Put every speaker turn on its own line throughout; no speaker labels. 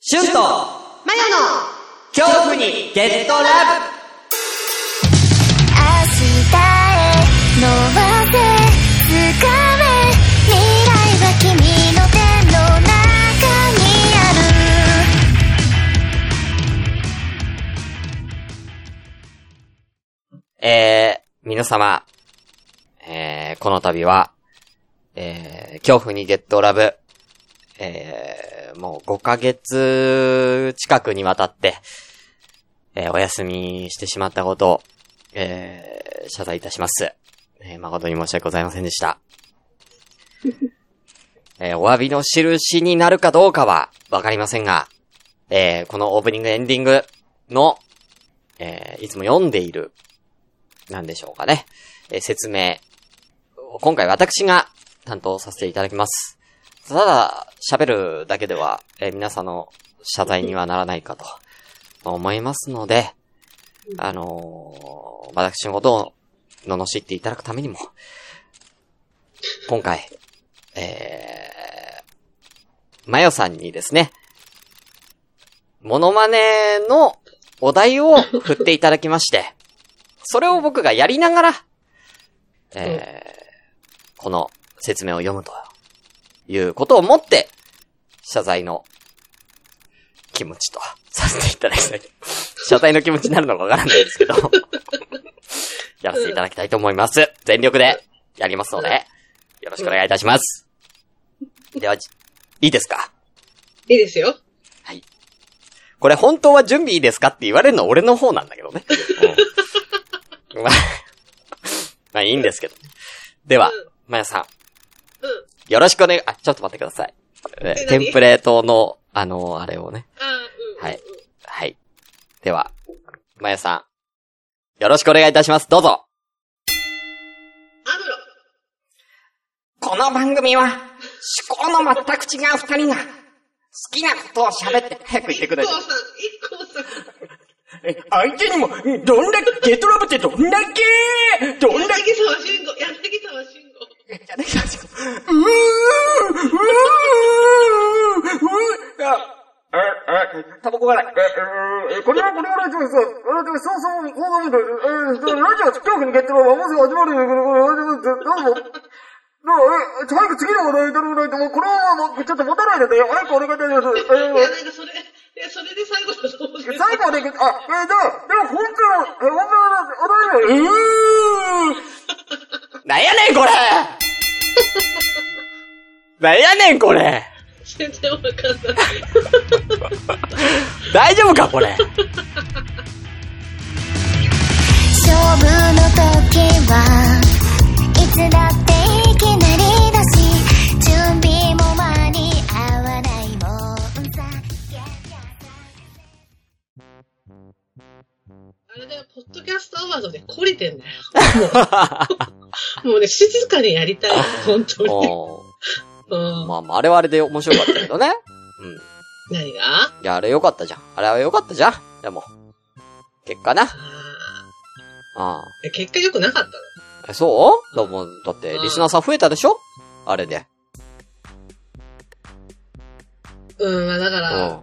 シュンとマヨの恐怖にゲットラブ
明日へのばせ掴め未来は君の手の中にある
えー、皆様、えー、この度は、えー、恐怖にゲットラブ、えー、もう5ヶ月近くにわたって、えー、お休みしてしまったことを、えー、謝罪いたします。えー、誠に申し訳ございませんでした。えー、お詫びの印になるかどうかは、わかりませんが、えー、このオープニングエンディングの、えー、いつも読んでいるなんでしょうかね。えー説明。今回私が担当させていただきます。ただ、喋るだけでは、えー皆さんの謝罪にはならないかと、まあ思いますので、あのー私のことを罵っていただくためにも、今回、えー、マヨさんにですね、モノマネのお題を振っていただきまして、それを僕がやりながら、えー、この説明を読むということをもって、謝罪の気持ちとさせていただきたい。謝罪の気持ちになるのかわからないですけど、 やらせていただきたいと思います。全力でやりますので、よろしくお願いいたします。では、じいいですか
いいですよ。
これ本当は準備いいですかって言われるのは俺の方なんだけどね。うん、まあ、まあいいんですけど。では、まやさん。
うん。
よろしくお願い、あ、ちょっと待ってください。え
え
テ
何
ンプレートの、あの、あれをね。
あうん。
はい。はい。では、まやさん。よろしくお願いいたします。どうぞ。
アムロ。
この番組は、思考の全く違う二人が、好きなことを喋って早く言ってくだ
コ
さ
ウさん、一コウさん。
相手にも、どんだけゲトラブってどんだけどんだけ
柳沢慎吾。柳沢慎吾。
うーうーうーあ、あ、あ、タバコがない。ええこれはこれはそうそう。そうそう、こういうこと。え、ラジオ、恐怖にゲットラブはもうすぐ始まるんだけど、これ、どうも。どうも、え、早く次の話題いただかないと、もうこれはもう、ちょっと持たないので、早くお願いいたします。
いや、
え
なんかそれ、いや、それで最後だと思うけど。
最後で、あ、えー、でも、でも本当の、本当の、お題は、うー
い。なんやねんこれなんやねんこれ
全然わかんない。
大丈夫か これ
勝負の時はいつだっていきなりだし準備も間に合わないもんさ
あれだよ、ポッドキャストアワードで懲りてんだよ。 もうね、静かにやりたい。本当に。
お
うん。
まあまあ、あれはあれで面白かったけどね。うん。
何があ
いや、あれ良かったじゃん。あれは良かったじゃん。でも。結果な。あ
ーえ結果良くなかったの
あ。えそうだもんだって、リスナーさん増えたでしょあれで。
うん、まあだか
う
ら、
ん。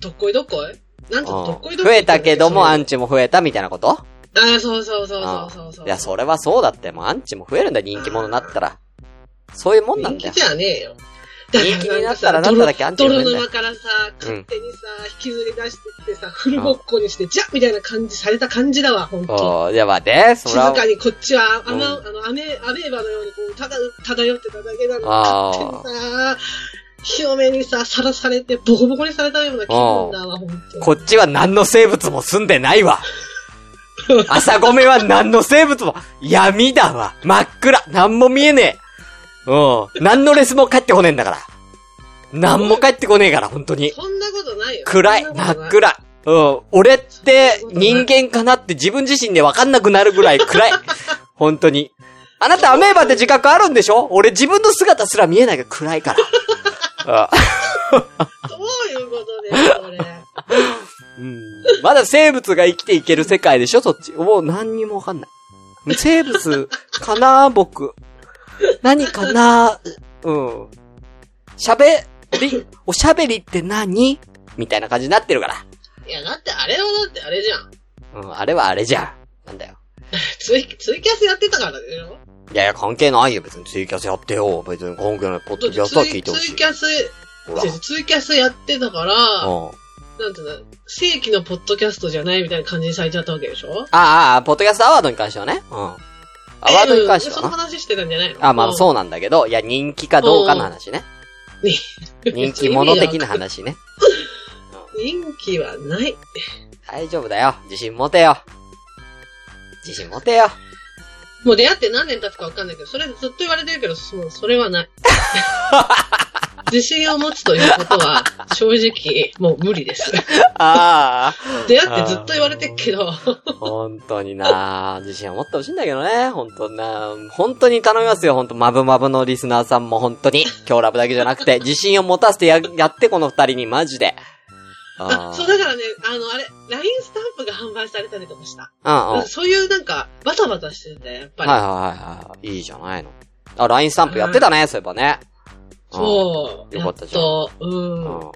どっこいどっこいなんとどっこいどっこいって言うんだよ。
増えたけども、ア
あ
ンチも増えたみたいなこと
あ、そうそうそ
あ
うそ
あ
うそうそう。
いや、それはそうだって。もうアンチも増えるんだよ、人気者になったら。そういうもんなんだ
人
よ
気。じゃねえよ。
人気になったらなっただけアンチも増え
泥
るんだ
沼
よ。
からさ、勝手にさ、引きずり出してってさ、フルボッコにして、じゃみたいな感じされた感じだわ、ほんと。
おー、いや、まあね、そ
静
れは。
かにこっちは、あま、
う
あの、アメ、アメーバのように、こう、ただ、漂ってただけなのに、
あー
勝手にさ、表面にさ、さらされて、ボコボコにされたような気分だわ、ほんと。
こっちは何の生物も住んでないわ。朝ごめは何の生物も闇だわ。真っ暗。何も見えねえ。うん。何のレスも帰ってこねえんだから。何も帰ってこねえから、本当に。
そんなことないよ。
暗い。
そんな
真
こ
っ
とな
暗
い。
い。うん。俺って人間かなって自分自身で分かんなくなるぐらい暗い。本当に。あなたアメーバって自覚あるんでしょ俺自分の姿すら見えないが暗いから。うん
どういうことです、これ。
うんまだ生物が生きていける世界でしょそっち。もう何にもわかんない。生物かな僕。何かなうん。喋り、おしゃべりって何みたいな感じになってるから。
いや、だってあれはだってあれじゃん。
うん、あれはあれじゃん。なんだよ。
ツイツイキャスやってたからでしょ
いやいや、関係ないよ。別にツイキャスやってよ。別に関係ない。ポッドキャストは聞いてほ
ツ
し
イ
い
キ。ャス、
ほら。
違うツイキャスやってたから、
うん。
なんていうの、正規のポッドキャストじゃないみたいな感じにされちゃったわけでしょ
ああ、ポッドキャストアワードに関してはね。うん。アワードに関して
うんそ
は
の
な。
話してたんじゃないの
あ、まあ
う
そうなんだけど、いや、人気かどうかの話ね。
ん。
人気者的な話ね。
人気はない。
大丈夫だよ。自信持てよ。自信持てよ。
もう出会って何年経つかわかんないけど、それずっと言われてるけど、そうそれ はない。自信を持つということは、正直、もう無理です。
あ
出会ってずっと言われてるけど、
あ、本当にな自信を持ってほしいんだけどね。本当な本当に頼みますよ。本当マブマブのリスナーさんも本当に、今日ラブだけじゃなくて、自信を持たせてや、やって、この二人に、マジで。
あ、 そうだからね、あの、あれ、LINE スタンプが販売されたりとかした。
うんうん。
そういうなんか、バタバタしてて、やっぱり。
はいはいはいはい。いいじゃないの。あ、LINE スタンプやってたね、そういえばね。
そう。
よ
や
か
っ
ったじゃん
と、う。
うんん。うん。
う。
よ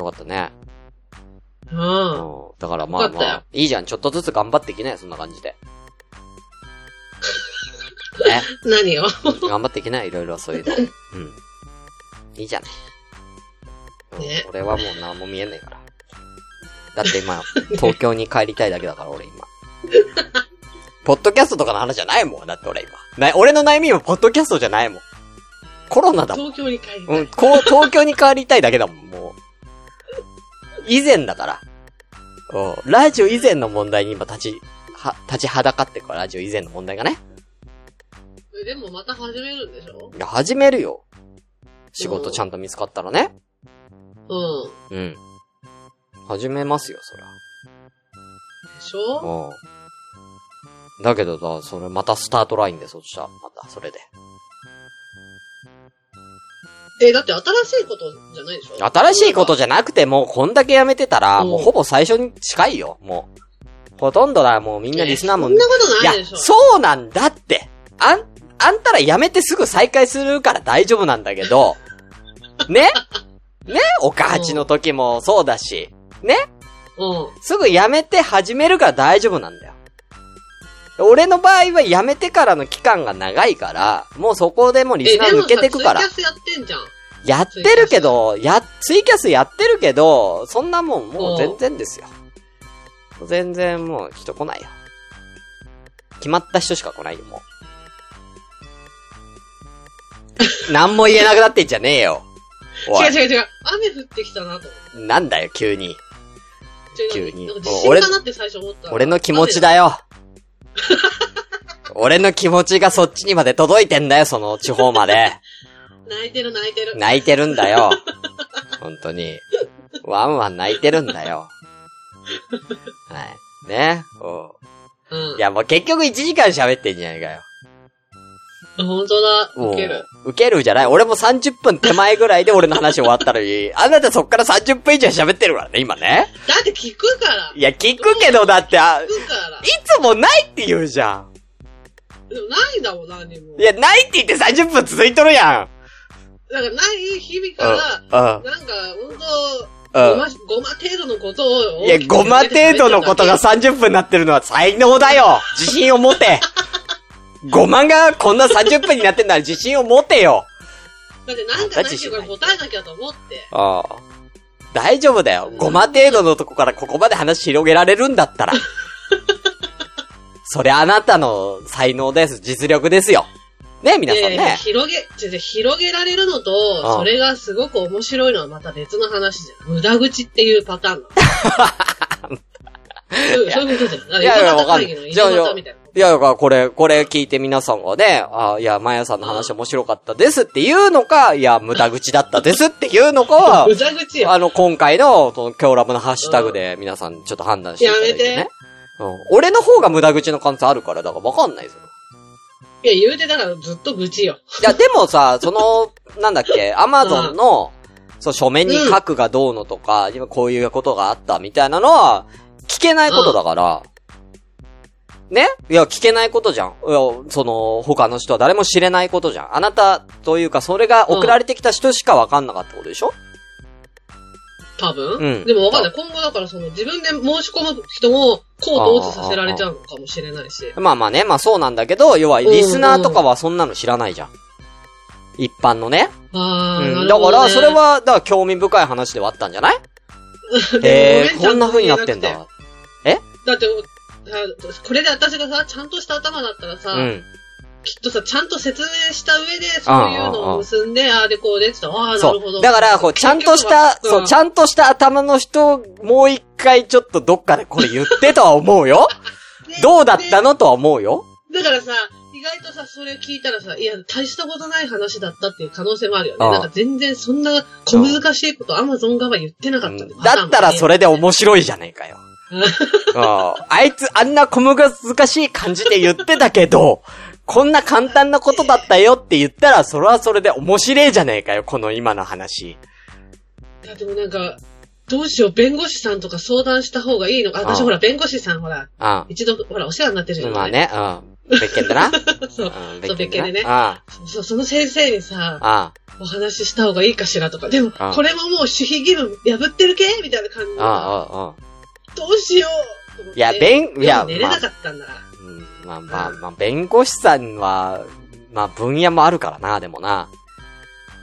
かったね。うんん。だからまあ
よかっ
ま
た
あ
よ、
いいじゃん。ちょっとずつ頑張っていきなよ、そんな感 じで。ね。
何を
頑張っていきなよ、いろいろそういうの。うん。いいじゃない。うん
ね
俺はもう何も見えないから。だって今、東京に帰りたいだけだから、俺今。ポッドキャストとかの話じゃないもん。だって俺今。な俺の悩みはポッドキャストじゃないもん。コロナだもん。
東京に帰りたい。
うん、こう、東京に帰りたいだけだもん、もう。以前だから。うん、ラジオ以前の問題に今立ち、は、立ちはだかってるから、ラジオ以前の問題がね。
でもまた始めるんでしょ
いや、始めるよ。仕事ちゃんと見つかったらね。
うん。
うん。始めますよ、そり
でしょ
ゃ。うん。だけどさ、それまたスタートラインで、そっちは。また、それで。
え、だって新しいことじゃないでしょ
新しいことじゃなくて、もうこんだけやめてたら、
うん
もうほぼ最初に近いよ、もう。ほとんどだ、もうみんなリスナーも
えそんなこと
い
な
や
いでしょ、
そうなんだって。あん、あんたらやめてすぐ再開するから大丈夫なんだけ ど、ねねおかはちの時もそうだし、
うん。
すぐやめて始めるから大丈夫なんだよ。俺の場合はやめてからの期間が長いから、もうそこでもリスナー抜けてくから
えでもさ。ツイキャスやってんじゃん。
やってるけど、や、ツイキャスやってるけど、そんなもんもう全然ですよ。全然もう人来ないよ。決まった人しか来ないよ、も う。何も言えなくなってんじゃねえよ。お
違
い、
う違う違う。雨降ってきたなと思って。
なんだよ、急に。
違う
急に
なんか
も
地
う俺
震かなって最初思ったら。
俺の気持ちだ よ。俺の気持ちがそっちにまで届いてんだよ、その地方まで。
雨だ。泣いてる泣いてる。
泣いてるんだよ。本当に。ワンワン泣いてるんだよ。はい。ね。お
うん。
ういや、もう結局1時間喋ってんじゃないかよ。
本当だ。
もう
ウケる。。
受けるじゃない。俺も30分手前ぐらいで俺の話終わったのに、 あなたそっから30分以上喋ってるからね、今ね。
だって聞くから。
いや、聞くけどだって、あ、い
聞くから。
つもないって言うじゃん。
でもないんだもん、何も。
いや、ないって言って30分続いとるやん。
だからない日々から、
うん。
なんか、本
うん。
当ごま、ごま程度のことを。
いや、ごま程度のことが。30分になってるのは才能だよ自信を持てごまがこんな30分になってんなら自信を持てよ
だってなんかないっていうから答えなきゃと思って。
ああ。大丈夫だよ。ごま程度のとこからここまで話広げられるんだった ら。それあなたの才能です。実力ですよ。ね、皆さん
いやいや
ね。
広げ、違う違う広げられるのと、
あ
それがすごく面白いのはまた別の話じゃん。無駄口っていうパターンなの。 そうそういうことじゃん。だから
いやいやわかん
井
ない
戸端会議の井
じゃあ
戸端みたいな。
いや、だからこれ、これ聞いて皆さんがね、あいや、まやさんの話面白かったですっていうのか、いや、無駄口だったですっていうのか は、
無駄口よ。
あの、今回の、その、今日ラブのハッシュタグで皆さんちょっと判断していただいて
やめ
ね
て。
うん、俺の方が無駄口の感想あるから、だからわかんないです よ。
いや、言うてだからずっと愚痴よ。
いや、でもさ、その、なんだっけ、アマゾンの、そう、書面に書くがどうのとか、今こういうことがあったみたいなのは、聞けないことだから、ねいや、聞けないことじゃん。いや、その、他の人は誰も知れないことじゃん。あなたというか、それが送られてきた人しかわかんなかったことでしょ、
多分、
うん
でもわかんない。今後だからその自分で申し込む人もコードを打つさせられちゃうのかもしれないし。
まあまあね、まあそうなんだけど、要は、リスナーとかはそんなの知らないじゃん。一般のね。
ああ、
う。
なんる
だ
ほ
か
ど、ね。
ら、それ、は、だから興味深い話ではあったんじ ゃない
で
へ
も
え、こんな風になってん。
俺ちゃ
だ。
と言えなくてだって、これで私がさ、ちゃんとした頭だったらさ、
うん。
きっとさ、ちゃんと説明した上で、そういうのを結んで、ああでこうでって言ったら、ああ、な
そ
るほど。
う。だから、こう、ちゃんとした、
結局は
そう、ちゃんとした頭の人、もう一回ちょっとどっかでこれ言ってとは思う よ。
で
どうだった
で
のとは思うよ。
だからさ、意外とさ、それ聞いたらさ、いや、大したことない話だったっていう可能性もあるよね。
ああ
なんか全然そんな小難しいことアマゾン側は言ってなかったん
うんだったらそ
れ。
れで面白いじゃねえ かよ。うんあいつあんな小難しい感じで言ってたけど、こんな簡単なことだったよって言ったら、それはそれで面白いじゃねえかよ、この今の話。
だってもうなんか、どうしよう、弁護士さんとか相談した方がいいのか。
あ
私
あ
ほら、弁護士さんほら、
うん。
一度、ほら、お世話になってるじゃん。
まあ。ね、うん。別件だな。
そう。
うん、
そう別件
件
でね
だな。
そう、その先生にさ、
あ
お話しした方がいいかしらとか。でも、
ああ
これももう守秘義務破ってる系みたいな感じ
あ、
で
ああ、ああ、
どうしようと思っ
い
て
や、弁、いや、
寝れ
まあ
なかったんだから。
うんまあまあ、まあ、弁護士さんは、まあ分野もあるからな、でもな。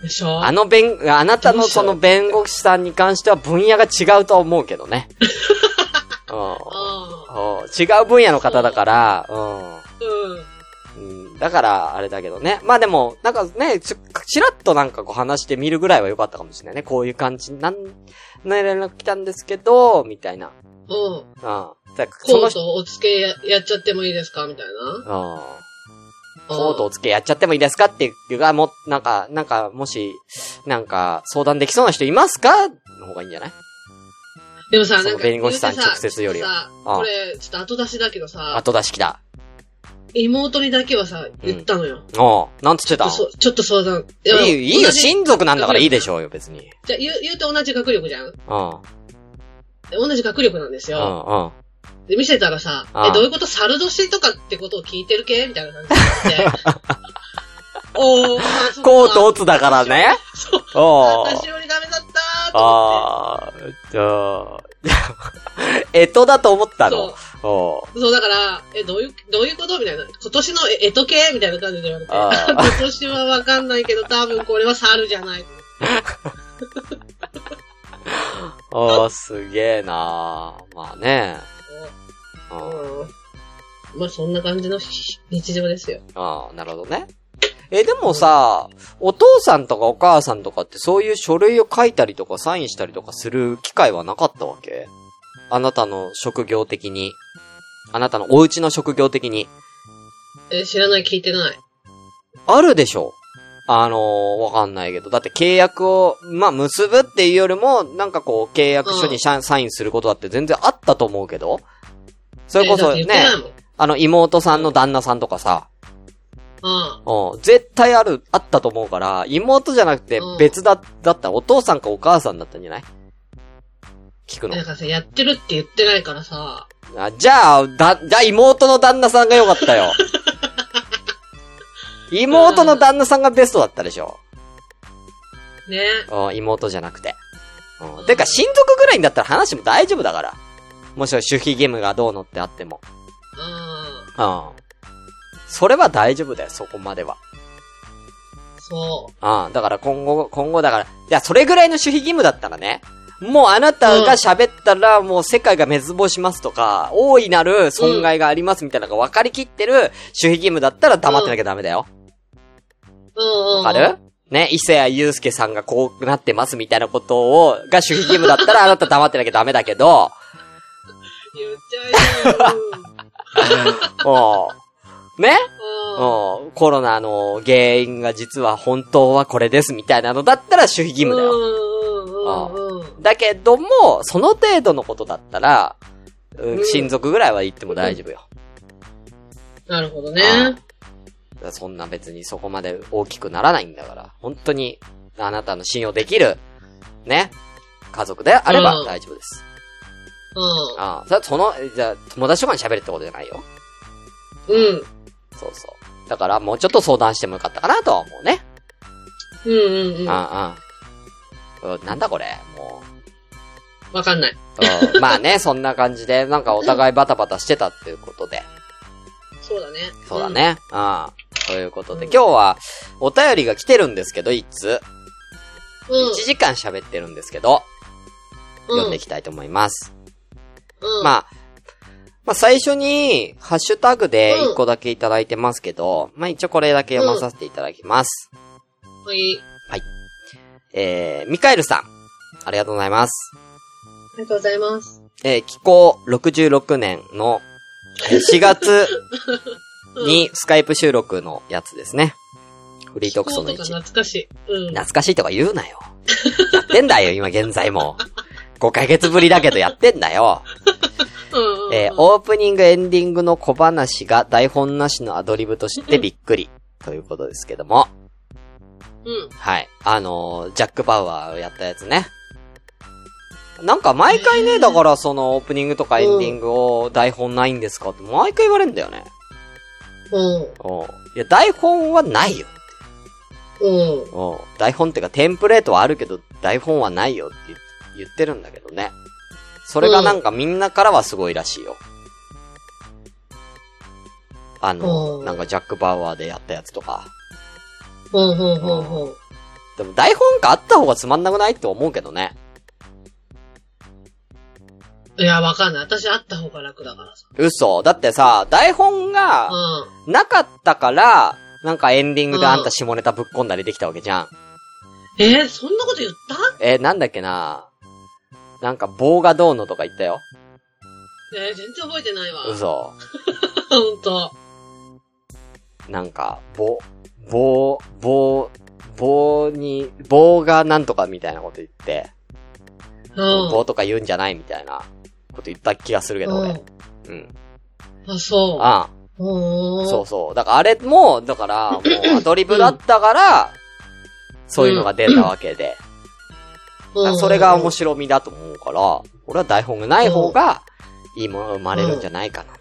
でしょ
あの弁、あなたの
どうし
そ
よ
の
う
弁護士さんに関しては分野が違うとは思うけど ね。うん
ああ。
うん違う分野の方だから、
うん。
うんうん。だから、あれだけどね。まあでも、なんかね、ちちらっとなんかこう話してみるぐらいは良かったかもしれないね。こういう感じ、なん、ね、連絡来たんですけど、みたいな。
うん。
うん。だからそ
コ
の
ー
人、
トお付けややっちゃってもいいですかみたいな。
うん。コ
コ
ードをつけやっちゃってもいいですかっていうか、も、なんか、なんか、もし、なんか、相談できそうな人いますかの方がいいんじゃない
でもさ、
その
なんか、
弁護士さん
言うて
直接よりは
ちょっ
あ
とさ、
あ
これ、ちょっと後出しだけどさ、
後出し来た。
妹にだけはさ、言ったのよ。
おうなんつってたの
そうちょっと相談。い
いいよ、いいよ、
じ
親族なんだからいいでしょうよ、別に。
じゃあ言う、言うと同じ学力じゃ
う
ん
ん。うん、
同じ学力なんです
う
よ。
ん。
で、見せたらさ、
ああ
え、どういうこと猿年とかってことを聞いてる系みたいな感じに なって。おー、あそっか
コート落つだからね。
そう。
おう
私よりダメだったーと思っ
あー、じゃあ、 えとだと思った
て。そう
の。。おう
そう、だから、え、どういう、どういうことみたいな。今年のえ、えと系みたいな感じで言われて。
あー
今年はわかんないけど、多分これは猿じゃない。
おうすげえなまあね。うん
うん。まあ、そんな感じの日日常ですよ。
ああ、なるほどね。え、でもさ、お父さんとかお母さんとかってそういう書類を書いたりとかサインしたりとかする機会はなかったわけあなたの職業的に。あなたのお家の職業的に。
え、知らない、聞いてない。
あるでしょあのーわかんないけど。だって契約を、まあ、結ぶっていうよりも、なんかこう、契約書にシャンサインすることだって全然あったと思うけど。それこそね
えだって、言ってないもん。
あの妹さんの旦那さんとかさ、
あ
うん、絶対ある、あったと思うから、妹じゃなくて
うん
別だ、だったらお父さんかお母さんだったんじゃない聞く
あ。
の
だ。からさ、やってるって言ってないからさ、
あじゃあ、だ、じゃあ妹の旦那さんが良かったよ。妹の旦那さんがベストだったでしょ。
ね。
うん、妹じゃなくて。うん、てか、親族ぐらいにだったら話も大丈夫だから。もしろ守秘義務がどうのってあっても。
うん。
うん。それは大丈夫だよ、そこまでは。
そ
ああ、だから今後、今後だから、いや、それぐらいの守秘義務だったらね、もうあなたが喋ったら、もう世界が滅亡しますとか、大いなる損害がありますみたいなのが分かりきってる守秘義務だったら黙ってなきゃダメだよ。
う。うんうん。
わかるね、伊勢谷友介さんがこうなってますみたいなことを、が守秘義務だった らあなた黙ってなきゃダメだけど、
言っちゃう
お
よ。
うね
うんうん。
おうコロナの原因が実は本当はこれですみたいなのだったら守秘義務だよ。
うんうんうんうん。
だけども、その程度のことだったら、うん
うん
親族ぐらいは言っても大丈夫よ。
なるほどね。
うんそんな別にそこまで大きくならないんだから、本当に、あなたの信用できる、ね、家族であれば
うん
大丈夫です。
うん。
ああ、それはその、じゃあ友達とかに喋るってことじゃないよ。
うん。
そうそう。だからもうちょっと相談してもよかったかなとは思うね。
うんうんうん。わ
うんうん。うん、なんだこれ、も
かんない。
う。うん、まあね、そんな感じで、なんかお互いバタバタしてたっていうことで。
そうだね。
そうだ。ね。うん。ということで、今日はお便りが来てるんですけど、一通。
うん。
1時間喋ってるんですけど、読んでい
き
きたいと思います。
うん。あ。
まあ、まあ最初に、ハッシュタグで1個だけいただいてますけど、まあ一応これだけ読まさせていただきます。
はい。
えー、ミカエルさん、ありがとうございます。
ありがとうございます。
えー、気候66年のえー4月にスカイプ収録のやつですね。フリートークその
気候と
1
か。懐かしい。うん。
懐かしいとか言うなよ。やってんだよ、今現在も。5ヶ月ぶりだけどやってんだよ。
うんうん。
えーオープニング、エンディングの小話が台本なしのアドリブと知ってびっくり。ということですけども。
うん。
はい。あのージャック・バウアーをやったやつね。なんか毎回ね、だからそのオープニングとかエンディングを台本ないんですかって毎回言われるんだよね。
うん。
うん。いや、台本はないよ。
うん。
うん。台本ってかテンプレートはあるけど、台本はないよって言言ってるんだけどね。それがなんかみんなからはすごいらしいよ。あの、
うん
なんかジャック・バウアーでやったやつとか。
うんうんうんうん。
でも台本があった方がつまんなくないって思うけどね。
いや、わかんない。私あった方が楽だからさ。
嘘。だってさ、台本が
う
なかったから、なんかエンディングであんた下ネタぶっこんだりできたわけじゃん。
ん。えー、そんなこと言った
えーなんだっけななんか棒がどうのとか言ったよ。
えー、全然覚えてないわ。
嘘。
ほんと。
なんか、棒、棒、棒、棒に、棒がなんとかみたいなこと言って、
う
棒とか言うんじゃないみたいなこと言った気がするけど
ん。う
俺
ん。。
うん。
あ、そう。
あ
う
あ、
ん。
そうそう。だからあれも、だから、もうアドリブだったから、そういうのが出たわけで。だからそれが面白みだと思うから、俺は台本がない方が、いいものが生まれるんじゃないかなと。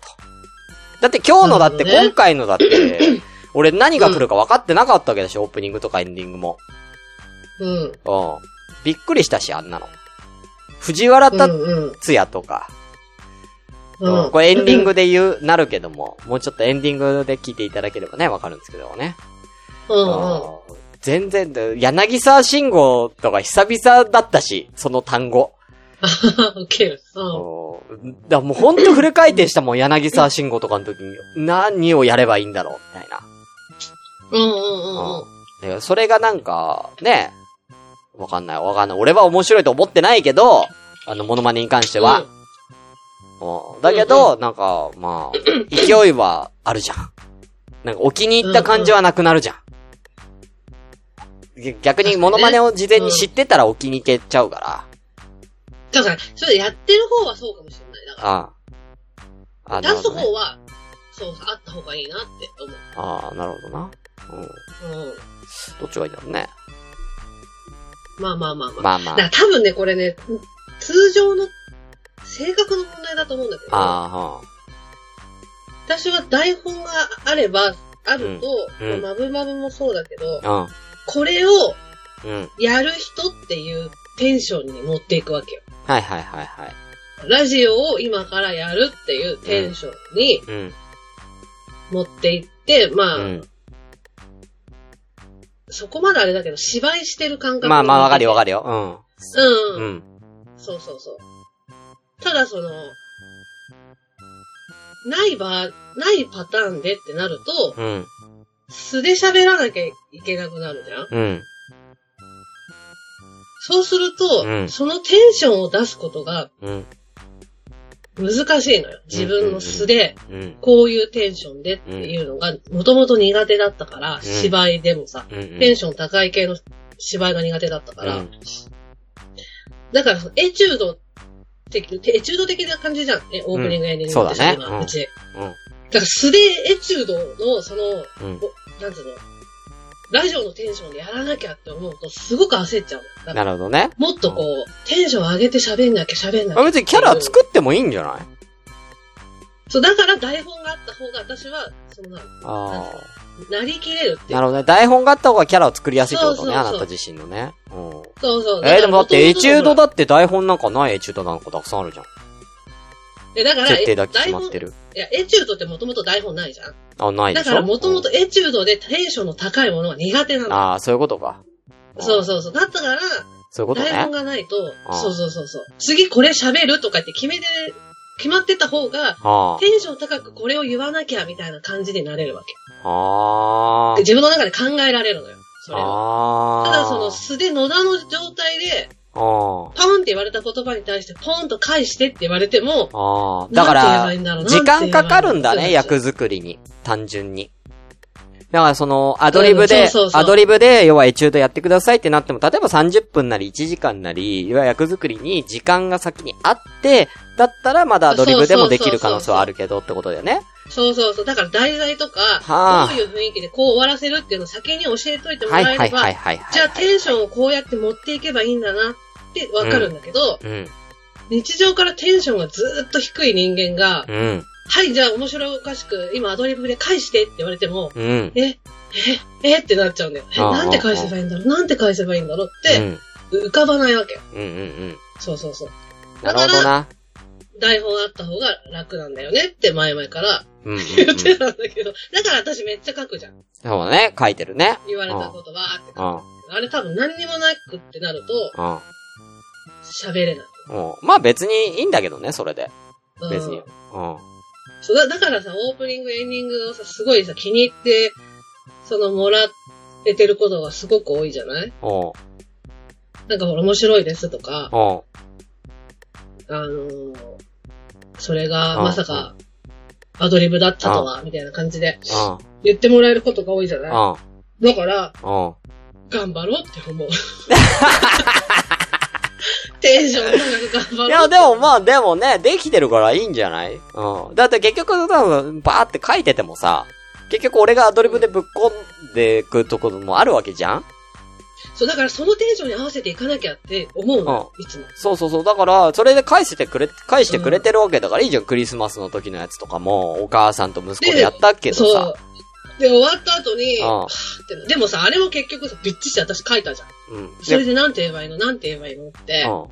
だって今日のだって、
なるほどね
今回のだって、俺何が来るか分かってなかったわけでしょ、オープニングとかエンディングも。
うん。
うん。びっくりしたし、あんなの。藤原
うん。
達
うん。
也とか、
うん。
うんこれエンディングで言う、なるけども、もうちょっとエンディングで聞いていただければね、わかるんですけどもね。
うん。うん。
うん全然だ、柳沢慎吾とか久々だったし、その単語。
ウケる。うん。
うんだからもうほんとフル回転したもん、柳沢慎吾とかの時に、何をやればいいんだろう、みたいな。
うんうんうんうん。
うんで。それがなんか、ね、わかんない、わかんない。俺は面白いと思ってないけど、あの、モノマネに関しては。うんだけど、なんか、まあ、勢いはあるじゃん。なんか、お気に入った感じはなくなるじゃん。ぎ逆に、モノマネを事前に知ってたらお気に入っちゃうか。
だから、それやってる方はそうかもしれない。だから
ああ。
ら、出す
なるほどね
方は、そう、あった方がいいなって思
ああ、なるほどな。うん。
う。
どっちがいいんだろうね。
うん。まあまあまあまあ。
まあま
だ
あ
か。ら多分ね、これね、通常の、性格の問題だと思うんだけど、
あ
私は台本があれば、あると、
うんうん
まぶまぶもそうだけど
あ、、はん。
これを
うん。うん。
やる人っていうテンションに持っていくわけよ。
はいはいはいはい。
ラジオを今からやるっていうテンションに
うん。
持っていって、まあ、
うん。
そこまであれだけど、芝居してる感覚
まあまあ、わかるよわ
か
かるよ。
る。
う。
うんん、
う
うん、
ん。
そうそうそう。ただその、ない場、ないパターンでってなると、
うん。
素で喋らなきゃいけなくなるじゃん
うん。
そうすると、
うん
そのテンションを出すことが
うん。
難しいのよ。自分の素で、
うん。
こういうテンションでっていうのが、もともと苦手だったから、芝居でもさ、
うん。
テンション高い系の芝居が苦手だったから、
うん
だからそのエチュード的、エチュード的な感じじゃん。えオープニングエンディング
そうだね
私今
うん
うち。
うん。
だから素でエチュードの、その、
うん
おなんつうの、ラジオのテンションでやらなきゃって思うと、すごく焦っちゃうの。だから
なるほどね。
もっとこう、テンション上げて喋んなきゃ喋んなき
ま
ゃ。
あ別にキャラ作ってもいいんじゃない
そう、だから台本があった方が私は、そのな、
あ
なりきれるっ
あ。
ていう
なるほどね。台本があった方がキャラを作りやすいってことね、
そうそうそう
あなた自身のね。うん。
そうそう。
えー、でもだってエチュード
だ
だって台本なんかないエチュードなんかたくさんあるじゃん。
え、だから、
設定だけ決
台
まっ
本、い
てる。
や、エチュードってもともと台本ないじゃん。
あ、ないで
だ
しょ
からもともとエチュードでテンションの高いものが苦手なの。
ああ、そういうことか。ん
そうそうそう。だったから、
そういうこと
台
ね
本。がないと
あ、
そうそうそうそう。次これ喋るとかって決めて、決まってた方が、
あ
テンション高くこれを言わなきゃみたいな感じになれるわけ。
あ。ああ
で。自分の中で考えられるのよ。それを。
ああ。
ただその素で野田の状態で、
の、
パンって言われた言葉に対してポンと返してって言われても、
ああ。だか
なんて言えば
ら
いいんだろう、
時間かかるんだ
なん
ね、
て言えばいいんだろ
役作りに。単純に。だからその、アドリブで
そうそう、そう
アドリブで、要はエチュードやってくださいってなっても、例えば30分なり1時間なり、要は役作りに時間が先にあって、だったらまだアドリブでもできる可能性はあるけどってことだよね。
そうそうそう。だから題材と
はあ
か、どういう雰囲気でこう終わらせるっていうのを先に教えといてもら
は
え
い
れば、
はいはいはいはい。
じゃあテンションをこうやって持っていけばいいんだなってわかるんだけど、
うん、
日常からテンションがずーっと低い人間が、
うん、
はい、じゃあ面白おかしく、今アドリブで返してって言われても、
うん。
え、え、えってなっちゃうんだよ。え、
ああ
なんて返せばいいんだろうなんて返せばいいんだろう
う
って、
ん、
浮かばないわけ。
うん、うんうん。
そうそうそう。
なるほどな。
台本あった方が楽なんだよねって前々から
うん、うん、うん。
言ってたんだけど、だから私めっちゃ書くじゃん。
そうね、書いてるね。
言われたことばーって書く
う。ん、
あれ多分何にもなくってなると、
うん。
喋れない。
うんまあ別にいいんだけどね、それで。
うん
別に。うん。
そうだだからさ、オープニング、エンディングをさ、すごいさ、気に入って、その、もらえてることがすごく多いじゃない
おう
なんかほら、面白いですとか、
おう
あのーそれ
う
が
ん
まさか、アドリブだったとは、みたいな感じで、
うん。
言ってもらえることが多いじゃない
うん。
だから、
うん。
頑張ろうっ て思う。テンション高く頑張ろう。
いや、でもまあ、でもね、できてるからいいんじゃないうん。だって結局、多分バーって書いててもさ、結局俺がアドリブでぶっこんでくところもあるわけじゃん
そう、だからそのテンションに合わせていかなきゃって思うのよ、いつも。
そうそうそう。だから、それで返してくれ、返してくれてるわけだからいいじゃん。クリスマスの時のやつとかも、お母さんと息子でやったけど
そう
さ。。
で、終わった後に、
うん
はぁってなでもさ、あれも結局さ、びっちして私書いたじゃん。
うん。
それ
で
でなんて言えばいいのなんて言えばいいのって
う、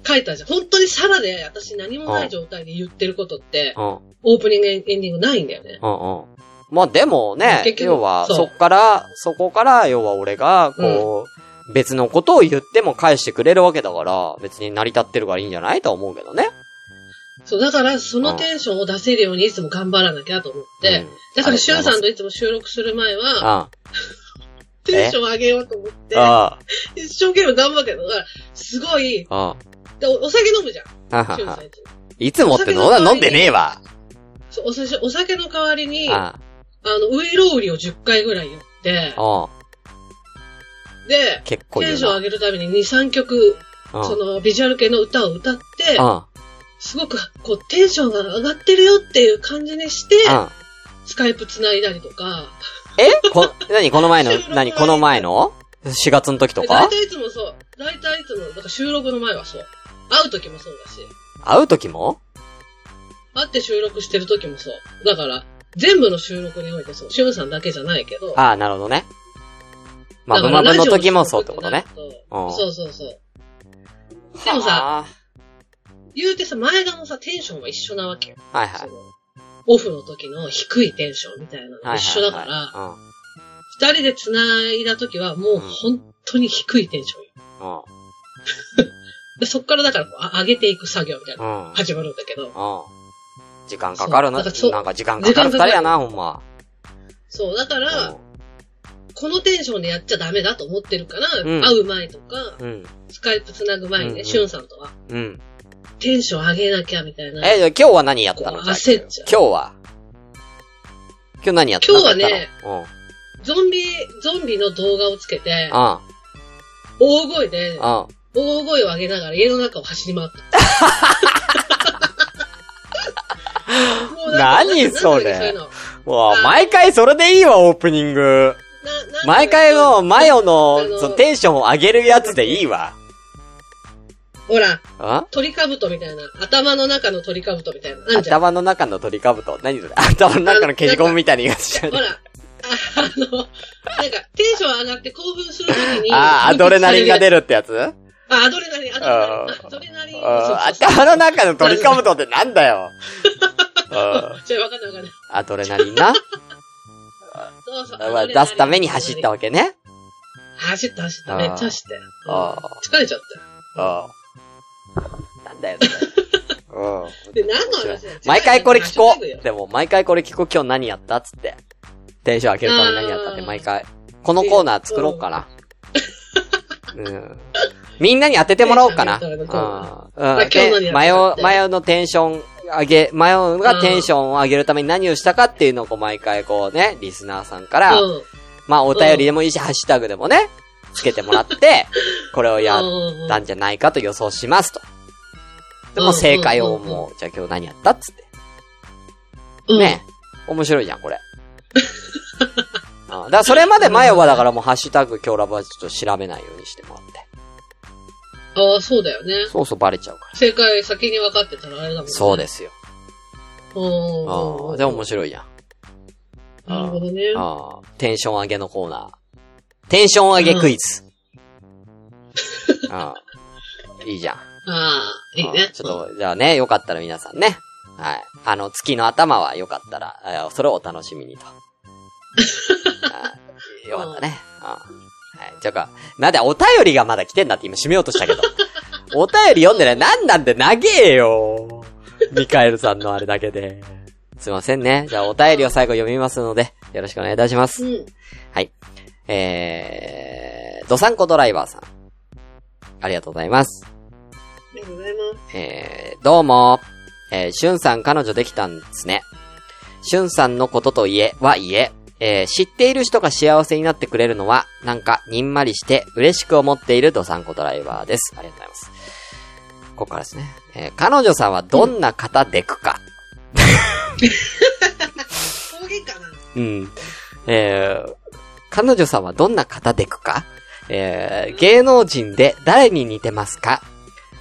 ん。
書いたじゃん。本当にサラで私何もない状態で言ってることって、
うん。
オープニング、エンディングないんだよね。
うんうん。まあでもね、
結局
要は、
そう
そっから、そこから、要は俺が、こう、別のことを言っても返してくれるわけだから、別に成り立ってるからいいんじゃないとは思うけどね。
そう、だからそのテンションを出せるようにいつも頑張らなきゃと思って、
うん
だからシュンさん
と、
といつも収録する前は、
あ
テンション上げようと思って
あ、、あ
一生懸命頑張ってるのが、すごい、
あ、あ
でおお酒飲むじゃん、
あ
シュンさんいつも。
いつもってのは飲んでねえわ。
そうお酒お酒の代わりに、
あ
あの、ウイロウリを10回ぐらい言って
あ、、あ
で、
結構
テ
言
ン
う
ション
な。
上げるために2、3曲、
う
そ
ん。
のビジュアル系の歌を歌って
う、ん。
すごくこうテンションが上がってるよっていう感じにして、
うん。
スカイプ繋いだりとか、
えこ、なにこの前の
収録、
なにこの前の ?4 月の時と
で
か
大体いつもそう、大体いつも、だから収録の前はそう。会う時もそうだし、
会う時も
会って収録してる時もそう。だから、全部の収録においてそう。シュンさんだけじゃないけど、
ああ、なるほどね。まあ、
だ
ブ
から
マブの時も
ラジ
そ
オ
うってことね
収。録ってな
う
る
ん
と。そうそうそう。でもさ、
は
言うてさ、前田のさ、テンションは一緒なわけよ。
あはいは
そ
い
のオフの時の低いテンションみたいなの
はいは
が
い。
一緒だから、二、
うん。
人で繋いだ時はもう本当に低いテンションよ。
うん。
でそっからだからこうあ上げていく作業みたいなの
うん。
始まるんだけど、
うん。時間かかるな。
そうだからそう
なんか時間かかる二人やな、ほんま。
そう、だか
う
ら、このテンションでやっちゃダメだと思ってるから、
うん
会う前とか、
ん。うん。
スカイプ繋ぐ前に
うんう
ね、
ん
シュンさんとは、
うん。
テンション上げなきゃみたいな。
え、じゃあ今日は何やったの
こう
じゃあ
焦っちゃう
今日は今日何やったの
今日はね
なんか
ゾンビ、ゾンビの動画をつけて、
やっ
大声で
た、の、
大声を上げながら家の中を走り 回った。もうなんか
何それ
なんていうの
うん、うん。うわ、毎回それでいいわ、オープニング。
ななんか
毎回の、マヨ
あ
の、
の
そのテンションを上げるやつでいいわ。
ほら、
あ
鳥かぶとみたいな。頭の中の鳥かぶとみたいな。あんじゃん。
頭の中の鳥かぶと。何それ頭の中の消しゴムみたいな言い方しちゃう
ほ。ら、ああの、なんか、テンション上がって興奮するときに。
ああ、アドレナリンが出るってやつうん
あ、アドレナリン、アドレナリン。アドレナリン。そうそうそう
頭の中の鳥かぶとってなんだよ。 うん
じゃあ、わかんないわかんない。
アドレナリンな。
そうそう。アドレナリン
出すために走ったわけね。
走った、走った。めっちゃ走ったよ。
あ
疲れちゃっ
ああ。なんだよ、それ。
で何の話だよ
毎回これ聞
ハッ
こ
シュタグよ
う。でも、毎回これ聞こう。今日何やったっつって。テンション上げるために何やったって、毎回。このコーナー作ろうか な。うん。みんなに当ててもらおうかな。
テンション上げる
うん。うん。
まあ今
で、
日何やったって
マヨ、マヨのテンション上げ、マヨがテンションを上げるために何をしたかっていうのをこう毎回こうね、リスナーさんから、
た。うん。
まあお便りでもいいし、ハッシュタグでもね、つけてもらって、これをやっ
うん
ったんじゃないかと予想しますと。でもう正解を
うんうん
もう、じゃあ今日何やったっつって。
うん
ね。面白いじゃん、これ。 あだからそれまで前はだからもうハッシュタグ今日ラブはちょっと調べないようにしてもらって。
ああ、そうだよね。
そうそうバレちゃうから。
正解先に分かってたらあれだもんね。。
そうですすよ。
うん。
あでも面白いやん。
なるほどね。
あテンション上げのコーナー。テンション上げクイズ。あいいじゃん。
ああ、いい
うん
ね。
ちょっと、じゃあね、よかったら皆さんね。はい。あの、月の頭はよかったら、えーそれをお楽しみにと。はいよかったね。うんはい。ちょか、なんでお便りがまだ来てんだって今締めようとしたけど。お便り読んでない。なんなんで長えよ。ミカエルさんのあれだけで。すいませんね。じゃあお便りを最後読みますので、よろしくお願いいたします
う。ん。
はい。えー、ドサンコドライバーさん。ありがとうございます。
ありがとうございます。
えー、どうも。えー、しゅんさん彼女できたんですね。しゅんさんのことといえ、はいえ、えー知っている人が幸せになってくれるのは、なんか、にんまりして、嬉しく思っているドサンコドライバーです。ありがとうございます。ここからですね。えー彼女さんはどんな方でくか。
方言かな
うん。えー彼女さんはどんな方でくかえー芸能人で誰に似てますか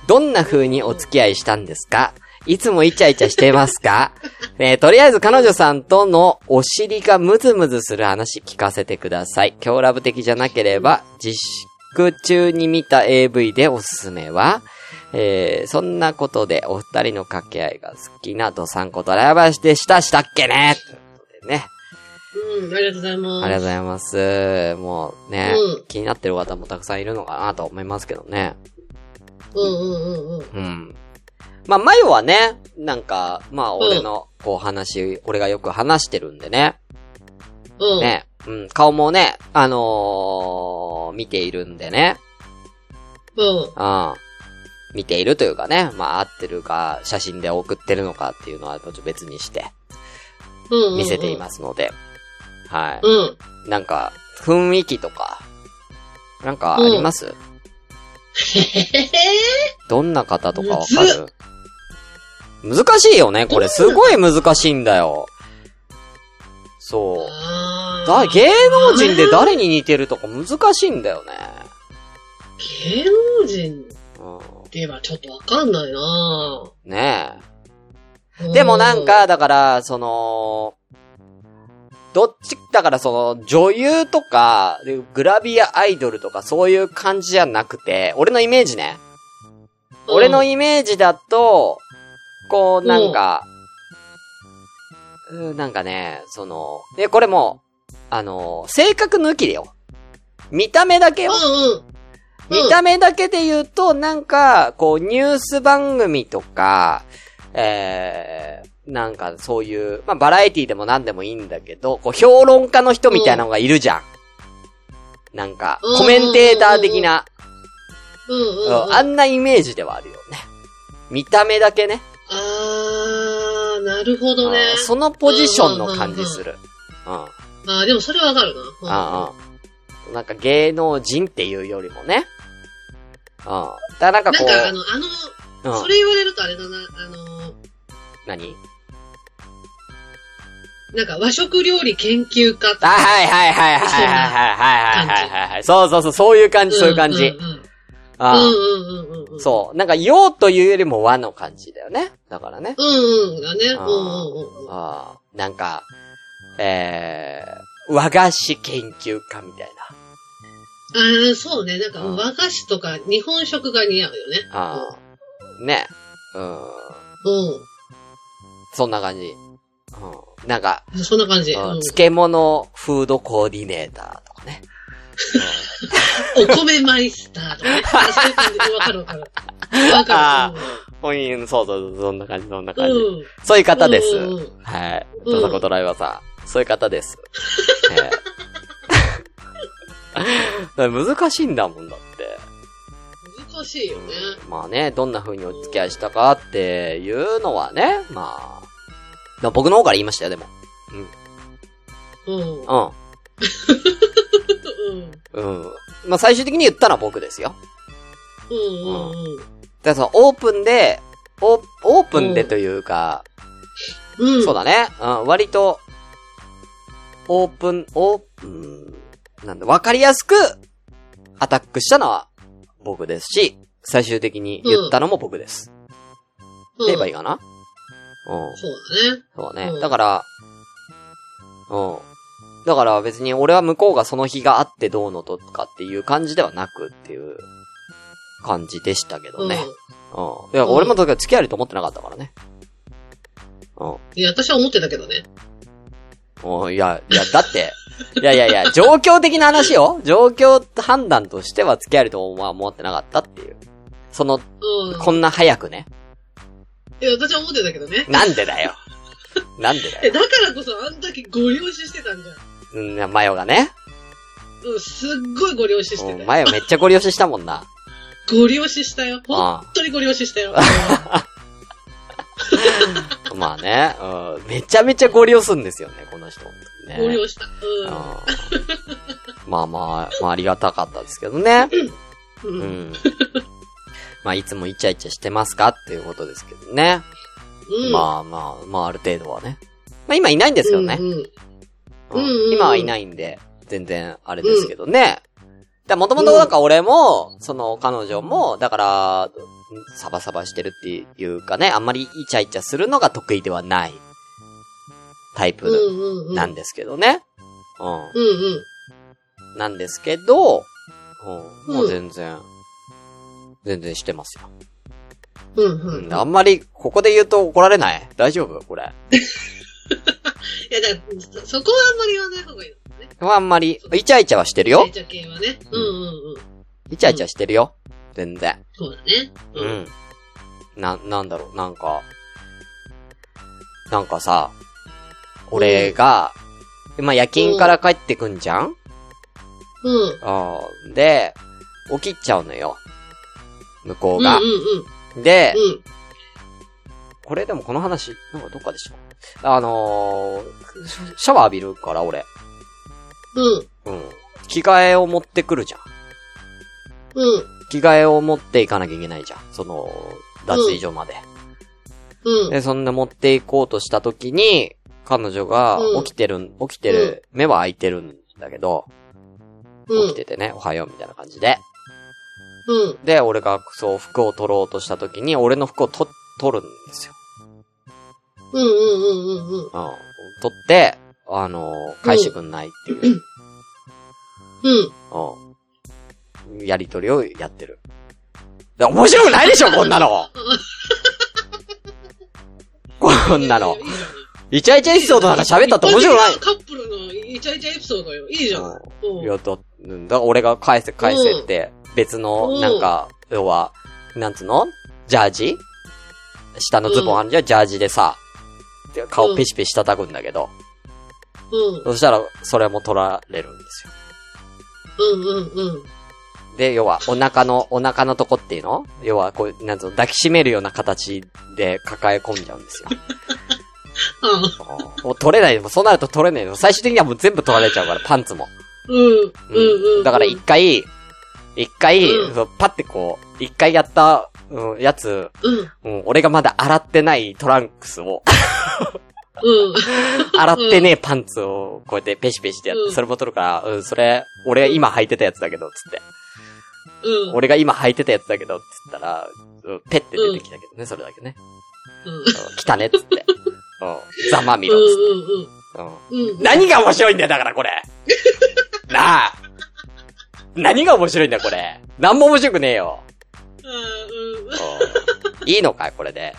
どんな風にお付き合いしたんですかいつもイチャイチャしてますか えーとりあえず彼女さんとのお尻がムズムズする話聞かせてください。強ラブ的じゃなければ、自粛中に見た AV でおすすめはえーそんなことでお二人の掛け合いが好きなドサンコドライバーでした、したっけねということでね。
うん、ありがとうございます。
ありがとうございます。もうね、
うん
気になってる方もたくさんいるのかなと思いますけどね。
うんうんうんうん。
うん。まあ、マヨはね、なんか、まあ、俺の、こう話、俺がよく話してるんでね。
うん。
ね。うん、顔もね、あのー、見ているんでね。
うん。
うん。見ているというかね、まあ、合ってるか、写真で送ってるのかっていうのは、ちょっと別にして、
うん。。
見せていますすので。は
うん。
い。なんか、雰囲気とか、なんかあります、
へへへ
どんな方とかわかる難しいよね、これ。すごい難しいんだよ。そう。
あー
だ、芸能人で誰に似てるとか難しいんだよね。
芸能人
う、
ではちょっとわかんないなん
ね
ぁ
え。でもなん、か、だから、その、どっち、だからその、女優とか、グラビアアイドルとかそういう感じじゃなくて、俺のイメージね。
うん
俺のイメージだと、こう、なんか、うーなんかね、その、で、これもう、あの、性格抜きでよ。見た目だけよ。
うんうん。
見た目だけで言うと、なんか、こう、ニュース番組とか、えー、なんかそういう、まあ、バラエティでも何でもいいんだけど、こう、評論家の人みたいなのがいるじゃん。なんか、コメンテーター的な。う
うんうんうん。
んあんなイメージではあるよね。見た目だけね。
あー、なるほどね。
うんそのポジションの感じする。うん。うん
あー、でもそれわかる
うん
な。
なんか芸能人っていうよりもね。うん。だからなんか
な
こ
ん
う、
か、あの、あ
う
の、そ
ん。
れ言われるとあれだな、あの、
何
なんか和食料理研究家
あ、はいはいはいはいはいはいはいはいはいはい。そうそうそう、そういう感じ、そういう感じ。
うんうんうん
あ
うんうんうんうんうん。
そう。なんか、ようというよりも和の感じだよね。だからね。
うんうん、だね。うん
あ
うんうん。
ああ、なんか、えー、和菓子研究家みたい
ああ、そうね。なんか、
うん
和菓子とか日本食が似合うよね。
な。ああ、ね。うん。そんな感じ。うん。なんか、
うん。そんな感じ。
うん
うん、
漬物フードコーディネーターとかね。
お米マイスターとかね。 そういう感じ。わかるわかる。わか
あ
る。
うん、そうそうそう、そんな感じ、そんな
う
感じ。
ん。
そういう方です
うんうんうん。
はい。
う
ど
ん
さこドライバーさん。そういう方です。ええ 難しいんだもんだって。
難しいよね。
まあね、どんな風にお付き合いしたかっていうのはね、まあ。まあ僕の方から言いましたよ、でも。
うん。うん。
うん。うん。まあ最終的に言ったのは僕ですよ。
うんうんうん。
だからそのオープンで、オーオープンでというか、
うん。
そうだね。うん、割と、オープン、オープン、なんだ、わかりやすく、アタックしたのは、僕ですし、最終的に言ったのも僕です。
うん。
言えばいいかなうん。
そうだね。
そうね。
うん
だから、うん。だから別に俺は向こうがその日があってどうのとかっていう感じではなくっていう感じでしたけ
う
ど
ん。
ね。うん。いや、俺もだから付き合えると思ってなかったからね。うん。
いや、私は思ってたけどね。
おいや、いや、だって、いやいやいや、状況的な話よ。状況判断としては付き合えるとは思ってなかったっていう。その、
うん。
こんな早くね。
いや、私は思ってたけどね。
なんでだよ。なんでだ
え、
よ。
だからこそあんだけご了承してたんじゃん。
うん、マヨがね。
うん、すっごいご了承して
うん
たよ。
マヨめっちゃご利用ししたもんな。
ご了承したよ。
ああ
本当にご了承したよ。
まあね、うん、めちゃめちゃご利用すんですよね、この人。ね、
ご了承した。
うんまあまあ、まあありがたかったですけどね。
うん。う。
うんん。まあ、いつもイチャイチャしてますかっていうことですけどね。
うん。
まあまあ、まあある程度はね。まあ今いないんですよね
う。んう
う
ん
ん
うんうんうん
今はいないんで、全然あれですけどね。だもともとなんか俺も、その彼女も、だから、サバサバしてるっていうかね、あんまりイチャイチャするのが得意ではないタイ
うん
プ
うんうん。
なんですけどね。うん。
うんうん。
なんですけど、うん、
うん
もう全然、全然してますよ。
うん
う
うん。い
ん、あ
や、
んまり、ここで言うと怒られない大丈夫これ。
だからそそこはあんまり言わない方がいいのね。
あんまり、イチャイチャはしてるよ
イチャ系はね。うんうんうん。
イチャイチャしてるよ。全然。
そうだね。
う
うん。
ん。な、なんだろう、なんか、なんかさ、俺が、まあ、夜勤から帰ってくんじゃん、
うん。
あーで、起きちゃうのよ。向こ
う
うんが。
うん
で、
うん。うん。
これでもこの話、なんかどっかでしたあのー、シャシャワー浴びるから俺。
うん。
うん。着替えを持ってくるじゃん。
うん。
着替えを持っていかなきゃいけないじゃん。その、脱衣所まで。
うん。
で、そんな持っていこうとした時に、彼女が
うん
起きてるん、起きてる、目は開いてるんだけど、
うん
起きててね、おはようみたいな感じで。
うん。
で、俺がそう服を取ろうとした時に、俺の服をと、取るんですよ。
うんうんうんうんうん。
うん。取って、あのー返してくんないっていう、
うん。
うん。やりとりをやってる。で面白くないでしょ、こんなのこんなの
いや。いやいいじゃ
イチャ
ん
イチャエピソードなんか喋ったって面白くない
一般的カップルのイチャイチャエピソードよ。いいじゃない。うん
いや、だ、うんだから俺が返せ、返せって、別の、
うん
なんか、要は、なんつうのジャージ下のズボンあるじゃん、ジャージでさ、で顔ペシペシ叩くんだけど、
うん。
そしたら、それも取られるんですよ。
うんうんうん。
で、要は、お腹の、お腹のとこっていうの要は、こう、なんつうの、抱きしめるような形で抱え込んじゃうん ですよ。
あ
もう取れないでも、そうなると取れないでも、最終的にはもう全部取られちゃうから、パンツも。
うん。うんうん。
だから一回、一回、
うん
そうパってこう、一回やった、うん、やつ、
うん。うん。
うん、俺がまだ洗ってないトランクス を、洗ってねえパンツを、こうやってペシペシってやって、
うん
それも取るから、うん、それ、俺今履いてたやつだけど、つって。
うん。
俺が今履いてたやつだけど、つったら、うんペッて出てきたけどね、それだけね。
うん
うん来たね、つって。うんざまみ
う
ろ、つっ
んうん
て。うん
うん。うん。
何が面白いんだよ、だから これ。なあ。何が面白いんだよ、これ。何も面白くねえよ。
うん。うん。
うんいいのかい、これで。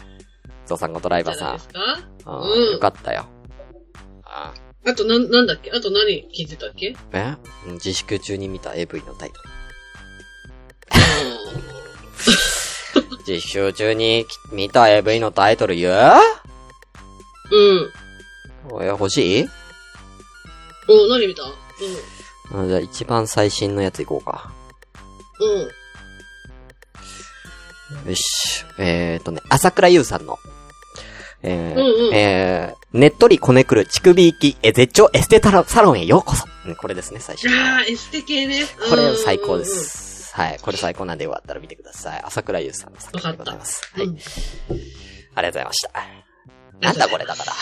ゾウさんごドライバー
じゃない
さ
ですか
ん。
うん
うんよかったよ。あ
あと、なん、なんだっけあと何聞いてたっけ
えうん自粛中に見た AV のタイトル。自粛中に見た AV のタイトル言う
うん。
え欲しい
お何見たうん。
うんじゃあ一番最新のやついこうか。
うん。
よし。えー、っとね、朝倉優さんの。えー
うんうん
えー、ねっとりこねくる乳首行き、えー、絶頂エステタロサロンへようこそ。うんこれですね、最初。
あー、エステ系ね。
これ最高です。はい。これ最高なんでよかったら見てください。朝倉優さんの作品でございます。
う
はい。
ん。
あ
う
り
ん
がとうございました。なんだこれだから。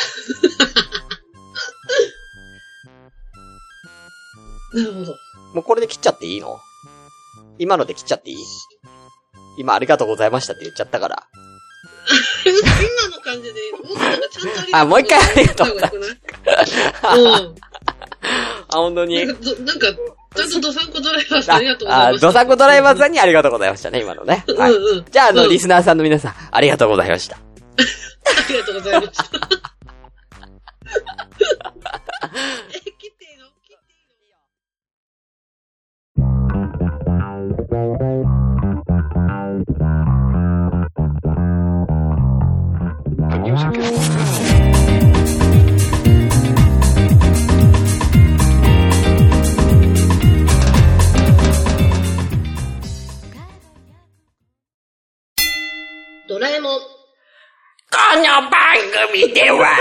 なるほど。
もうこれで切っちゃっていいの今ので切っちゃっていい今ありがとうございましたって言っちゃったから。
今の感じで、もうなんかちゃんとりがと
あもう一回ありがとうござい
うん。
あ、本 当に
なんか、どなんかちゃんとドサンコドライバーさん
あ
ありがとうござい
あ
ま、した。
ドサンコドライバーさんにありがとうございましたね、今のね。はい。
うんうん。
じゃあ、あの、
うん
リスナーさんの皆さん、ありがとうございました。
ありがとうございました。え、切っていいの切っていいのドラえもん。
この番組では、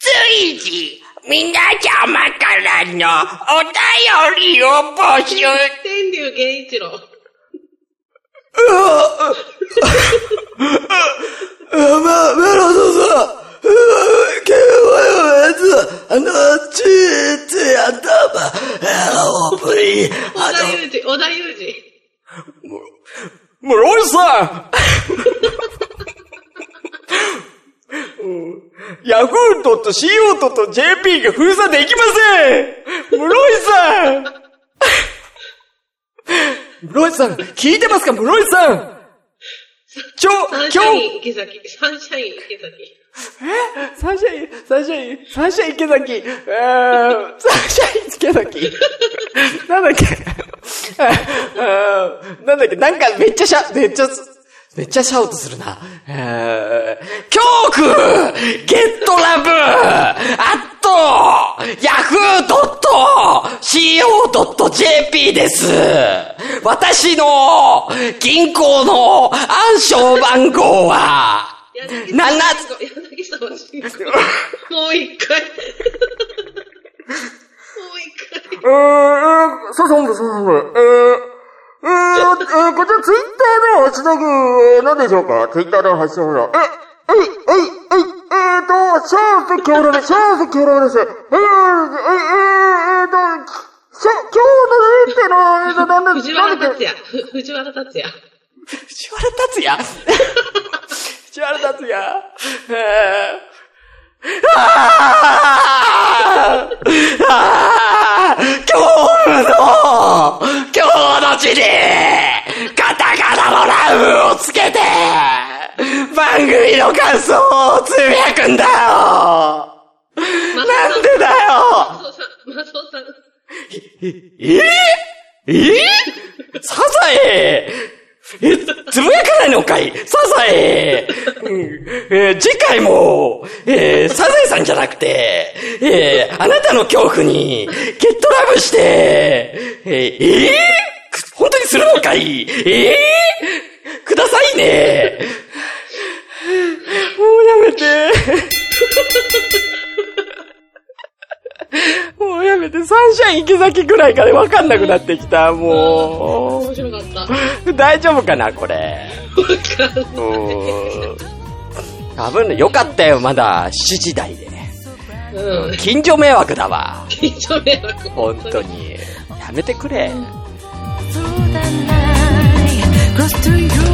随時、皆様からのお便りを募集。
天竜源一郎。
あ、まあ、メロドさん、うわ、ケイワイのやつ、あの、ちーちー頭、あオープニング、
小田裕二、小田裕二。
室井さんヤフートと CO トと JP が封鎖できません室井さん室井さん、聞いてますか室井さんちょ、
サンシ
今
ャ
日、
イン池崎。サンシャイン池崎。
サンシャイン、サンシャイン、サンシャイン池崎、えー、サンシャイン池崎、なんだっけ、あーなんだっけ、なんかめっちゃシャ、めっちゃ、めっちゃシャウトするな。えー、教区ゲットラブアットヤフードット CO ドット JP です私の銀行の暗証番号は、
柳
なな
沢慎吾柳沢慎吾。もう一回。もう一回。
えー、えー、そうそう、そうそう、えー、えー、えー、こちらツイッターのハッシュタグ、えー何でしょうかツイッターのハッシュタグは、え、えい、えい、えい、えーと、シャープキョロです、シャープキョロです。えー、えー、えー、えーと、しゃ、今日のねってのは、なんで、
藤原
なん
達
で、
也。ふ藤原達也。
藤原達也藤原達也えーあーあー今日の今日の地にカタカナのラウンをつけて番組の感想をつぶやくんだよ
マス
なんでだよ
オさん。マスオさん。
えええサザエえ、つぶやかないのかいサザエ、うんえー次回も、えーサザエさんじゃなくて、えーあなたの恐怖に、ゲットラブして、えーえー本当にするのかいええくださいねもうやめて。もうやめて、サンシャイン池崎ぐらいからわかんなくなってきた、もう。
面白かった。わ
大丈夫かなこれ。
かん
う
ない。
ーん。多分ね、よかったよ、まだ、7時台で。
うん。
近所迷惑だわ。
緊張迷惑。
本当に。やめてくれ。
そうだな
just to you